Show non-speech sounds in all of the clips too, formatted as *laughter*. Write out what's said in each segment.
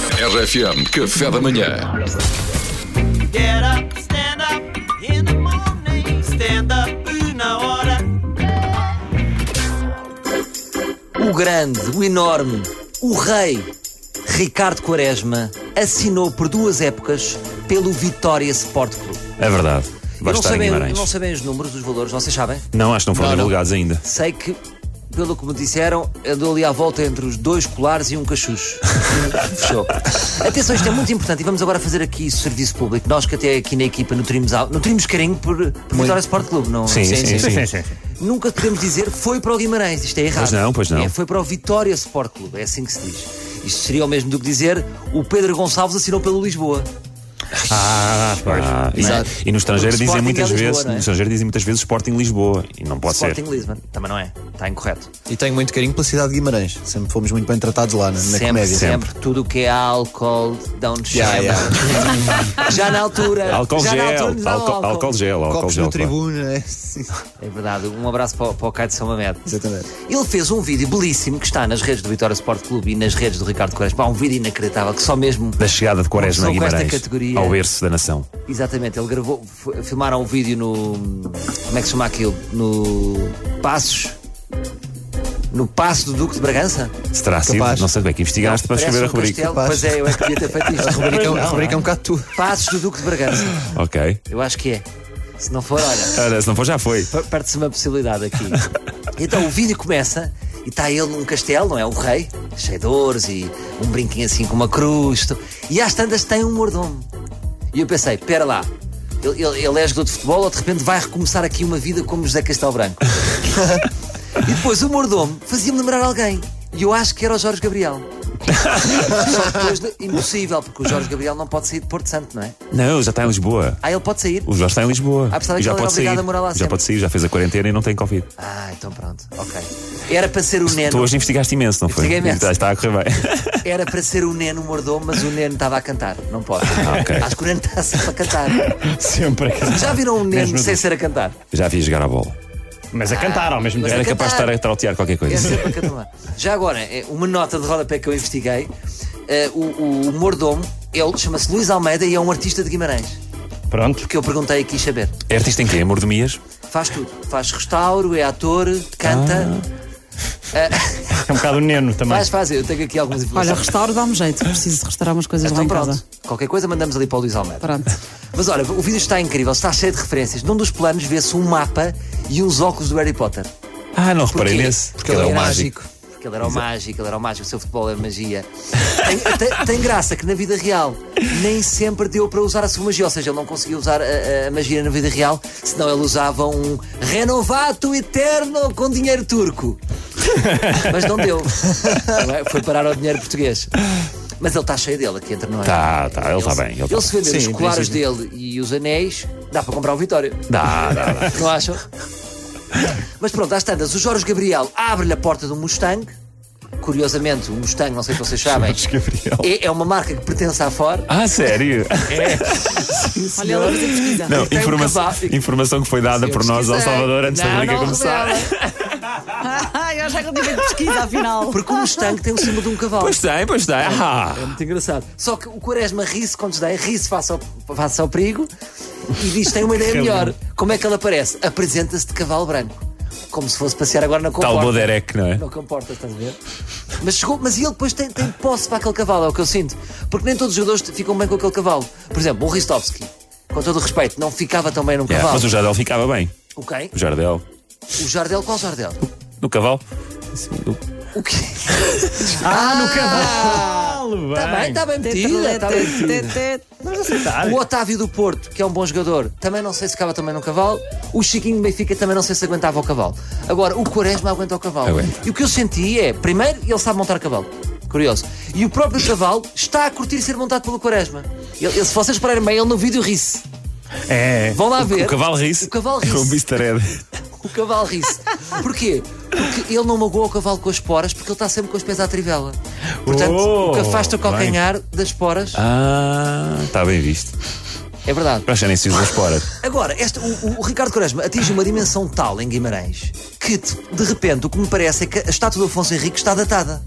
RFM, café da manhã. Get up, stand up in the morning. Stand up na hora. O grande, o enorme, o rei Ricardo Quaresma assinou por duas épocas pelo Vitória Sport Clube. É verdade. Vai não, estar em sabem, Guimarães. não sabem os números, os valores, vocês sabem? Não, acho que não foram divulgados ainda. Sei que, pelo que me disseram, andou ali à volta entre os dois colares e um *laughs* cachucho. Fechou. Atenção, isto é muito importante e vamos agora fazer aqui serviço público. Nós que até aqui na equipa nutrimos, al- nutrimos carinho por, por Vitória Sport Clube, não é? sim, sim. Nunca podemos dizer foi para o Guimarães, isto é errado. Pois não, pois não. É, foi para o Vitória Sport Clube, é assim que se diz. Isto seria o mesmo do que dizer o Pedro Gonçalves assinou pelo Lisboa. Ah, e- Exato. e, no estrangeiro Porque dizem Sporting muitas é Lisboa, vezes, não é? no estrangeiro dizem muitas vezes Sporting Lisboa e não pode Sporting ser. Lisbon. Também não é, está incorreto. E tenho muito carinho pela cidade de Guimarães. Sempre fomos muito bem tratados lá na, na sempre, comédia. sempre, tudo o que é álcool, dá-nos Yeah, chama. Já na altura. *laughs* Álcool já na altura nos gel, davam álcool álcool gel, álcool Copos na gel. claro. tribuna. é, sim, É verdade, um abraço para, o- para o Caio de São Mamed. Exatamente. Ele fez um vídeo belíssimo que está nas redes do Vitória Sport Clube e nas redes do Ricardo Quaresma. Há um vídeo inacreditável que só mesmo Da chegada de Quaresma a Uma pessoa com esta Guimarães categoria. ao berço da nação. Exatamente, ele gravou, f- filmaram um vídeo no. Como é que se chama aquilo? No. Passos. No Passo do Duque de Bragança? Se terá sido, Capaz. não sei bem, que investigaste para Parece escrever a um rubrica. castelo. Pois é, eu é que devia ter feito isto. A rubrica, a rubrica é um bocado tu. Passos do Duque de Bragança. Ok. Eu acho que é. Se não for, olha, Ora, se não for, já foi. per- perde-se uma possibilidade aqui. Então o vídeo começa e está ele num castelo, não é? O rei, cheio de ouros e um brinquinho assim com uma cruz. tu- E às tantas tem um mordomo. E eu pensei, pera lá. Ele, ele, ele é jogador de futebol ou de repente vai recomeçar aqui uma vida como José Castelo Branco? *laughs* E depois o mordomo fazia-me lembrar alguém. E eu acho que era o Jorge Gabriel. Só que depois, de- impossível, porque o Jorge Gabriel não pode sair de Porto Santo, não é? Não, já está em Lisboa. Ah, ele pode sair? O Jorge está em Lisboa. Ah, pensava E que já ele era pode sair. obrigado a morar lá Já sempre. pode sair, já fez a quarentena e não tem Covid. Ah, então pronto, ok. Era para ser o Tu Neno. hoje investigaste imenso, não foi? É, Investiguei imenso. Está está a correr bem. *laughs* Era para ser o Neno o mordomo, mas o Neno estava a cantar. Não pode. Ah, ok. Acho que o Neno está sempre a cantar. Sempre. Já viram um Neno Mesmo assim. sem do- ser a cantar? Já vi jogar a bola. Mas a cantar ao mesmo Ah, Mas tempo. Era cantar. capaz de estar a trautear qualquer É coisa. sempre a cantar. Já agora, é, uma nota de rodapé que eu investiguei: eh, o, o mordomo, ele chama-se Luís Almeida e é um artista de Guimarães. Pronto. Que eu perguntei aqui saber. É artista em quê? Mordomias? Faz tudo. Faz restauro, é ator, canta. Ah. Eh, *laughs* É um bocado neno também. Faz, faz. Eu tenho aqui algumas Olha, informações. restauro dá-me jeito, preciso de restaurar umas coisas lá então em pronto. casa. Qualquer coisa mandamos ali para o Luís Almeida. Pronto. Mas olha, o vídeo está incrível, está cheio de referências. Num dos planos vê-se um mapa e uns óculos do Harry Potter. Ah, não reparei nesse. Porque ele é era Porque ele era o mágico, ele era o mágico, o seu futebol é magia. tem, tem- tem graça que na vida real nem sempre deu para usar a sua magia, ou seja, ele não conseguia usar a, a magia na vida real, senão ele usava um renovato eterno com dinheiro turco. Mas não *laughs* deu. Não é? Foi parar ao dinheiro português. Mas ele está cheio dele aqui entre nós. Tá, tá, ele tá se- bem, ele Ele, tá se vender Sim, os em colares dele e os anéis, dá para comprar o Vitória. Dá, dá, dá. Não acham? Mas pronto, às tantas, o Jorge Gabriel abre-lhe a porta de um Mustang. Curiosamente, o Mustang, não sei se vocês sabem, Gabriel. é, é uma marca que pertence à Ford. Ah, sério? Olha, ela vai fazer pesquisa. Não, É, tem um informa- *laughs* cavalo. informação que foi dada por nós ao Pesquisei. Salvador antes da Não, rubrica não começar. revela. Ai, *laughs* eu já que eu tive de pesquisa, afinal. Porque o Mustang tem o símbolo de um cavalo. Pois tem, pois tem. Ah, É muito engraçado. Só que o Quaresma ri-se quando dá, ri-se face ao, face ao perigo e diz: tem uma ideia melhor. Como é que ele aparece? Apresenta-se de cavalo branco. Como se fosse passear agora na tal comporta. Boderek, não é? Não comporta, estás a ver? Mas, chegou, mas ele depois tem, tem posse para aquele cavalo, é o que eu sinto. Porque nem todos os jogadores ficam bem com aquele cavalo. Por exemplo, o Ristovski, com todo o respeito, não ficava tão bem num Yeah, cavalo. É, mas o Jardel ficava bem. O quem? O Jardel. O Jardel, qual Jardel? No cavalo? O *laughs* quê? Ah, Falo, Está Tá bem, está bem metido. Está bem metido. O Otávio do Porto, que é um bom jogador, também não sei se ficava também num cavalo. O Chiquinho do Benfica também não sei se aguentava o cavalo. Agora, o Quaresma aguenta o cavalo. Aguenta. E o que eu senti é, primeiro, ele sabe montar cavalo. Curioso. E o próprio cavalo está a curtir ser montado pelo Quaresma. Ele, ele- se vocês pararem bem, ele no vídeo ri-se. É. Vão lá ver. O cavalo ri-se. O cavalo ri-se. Com *laughs* o Mr. Ed. O cavalo ri-se. Porquê? Porque ele não magoa o cavalo com as esporas, porque ele está sempre com os pés à trivela. Portanto, Oh, o que afasta o bem. calcanhar das esporas Ah, está bem visto. é verdade. Eu acho que nem se usa espora. Agora, este- o, o- o Ricardo Quaresma atinge uma dimensão tal em Guimarães que, de de repente, o que me parece é que a estátua do Afonso Henrique está datada.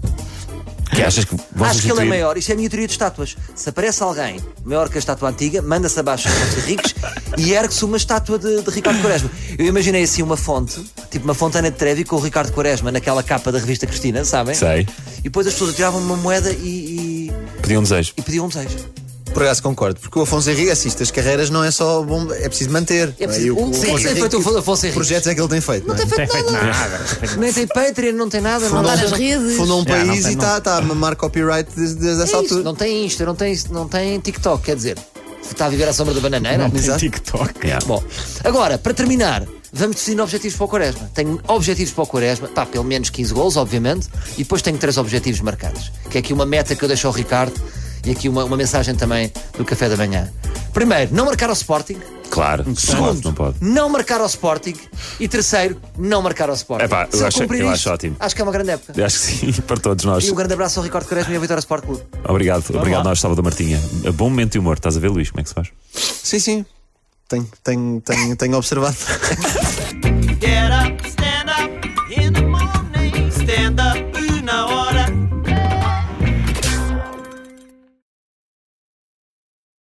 Que achas que vão Acho que ele é substituir? maior. Isto é a minha teoria de estátuas. Se aparece alguém maior que a estátua antiga, manda-se abaixo os montes *laughs* ricos e ergue-se uma estátua de, de Ricardo Quaresma. Eu imaginei assim uma fonte, tipo uma fontana de Trevi com o Ricardo Quaresma naquela capa da revista Cristina, sabem? Sei. E depois as pessoas tiravam uma moeda e, e, Pedi um desejo. e pediam um desejo. Por acaso concordo, porque o Afonso Henrique assiste as carreiras, não é só bom, é preciso manter. É não preciso- E o que tem feito o Afonso que Henriques? projetos é que ele tem feito? Não, é? Não tem Não tem feito feito nada. nada. Nem tem Patreon, não tem nada. Não, Fundou- dá- nas redes. Fundou um Já, não país tem, e não. está tá a mamar copyright desde, desde essa é isso, altura. não tem Insta, não tem, não tem TikTok, quer dizer, está a viver à sombra da bananeira. Tem Exato. TikTok. Yeah. É. Bom, agora, para terminar, vamos decidir objetivos para o Quaresma. Tenho objetivos para o Quaresma, pá, pelo menos 15 gols, obviamente, e depois tenho três objetivos marcados, que é aqui uma meta que eu deixo ao Ricardo e aqui uma, uma mensagem também do café da manhã. Primeiro, não marcar ao Sporting. um Claro, claro, não pode. Não marcar ao Sporting. E terceiro, não marcar ao Sporting. Epá, eu Se ele acho- cumprir eu isto, acho ótimo. Acho que é uma grande época. Eu Acho que sim, *laughs* para todos nós. E um grande abraço ao Ricardo Quaresma e ao Vitória Sport Clube. Obrigado, obrigado lá. nós, Salvador Martinha. Bom momento e humor. Estás a ver, Luís, como é que se faz? Sim, sim. Tenho, tenho, tenho, tenho observado. Get up.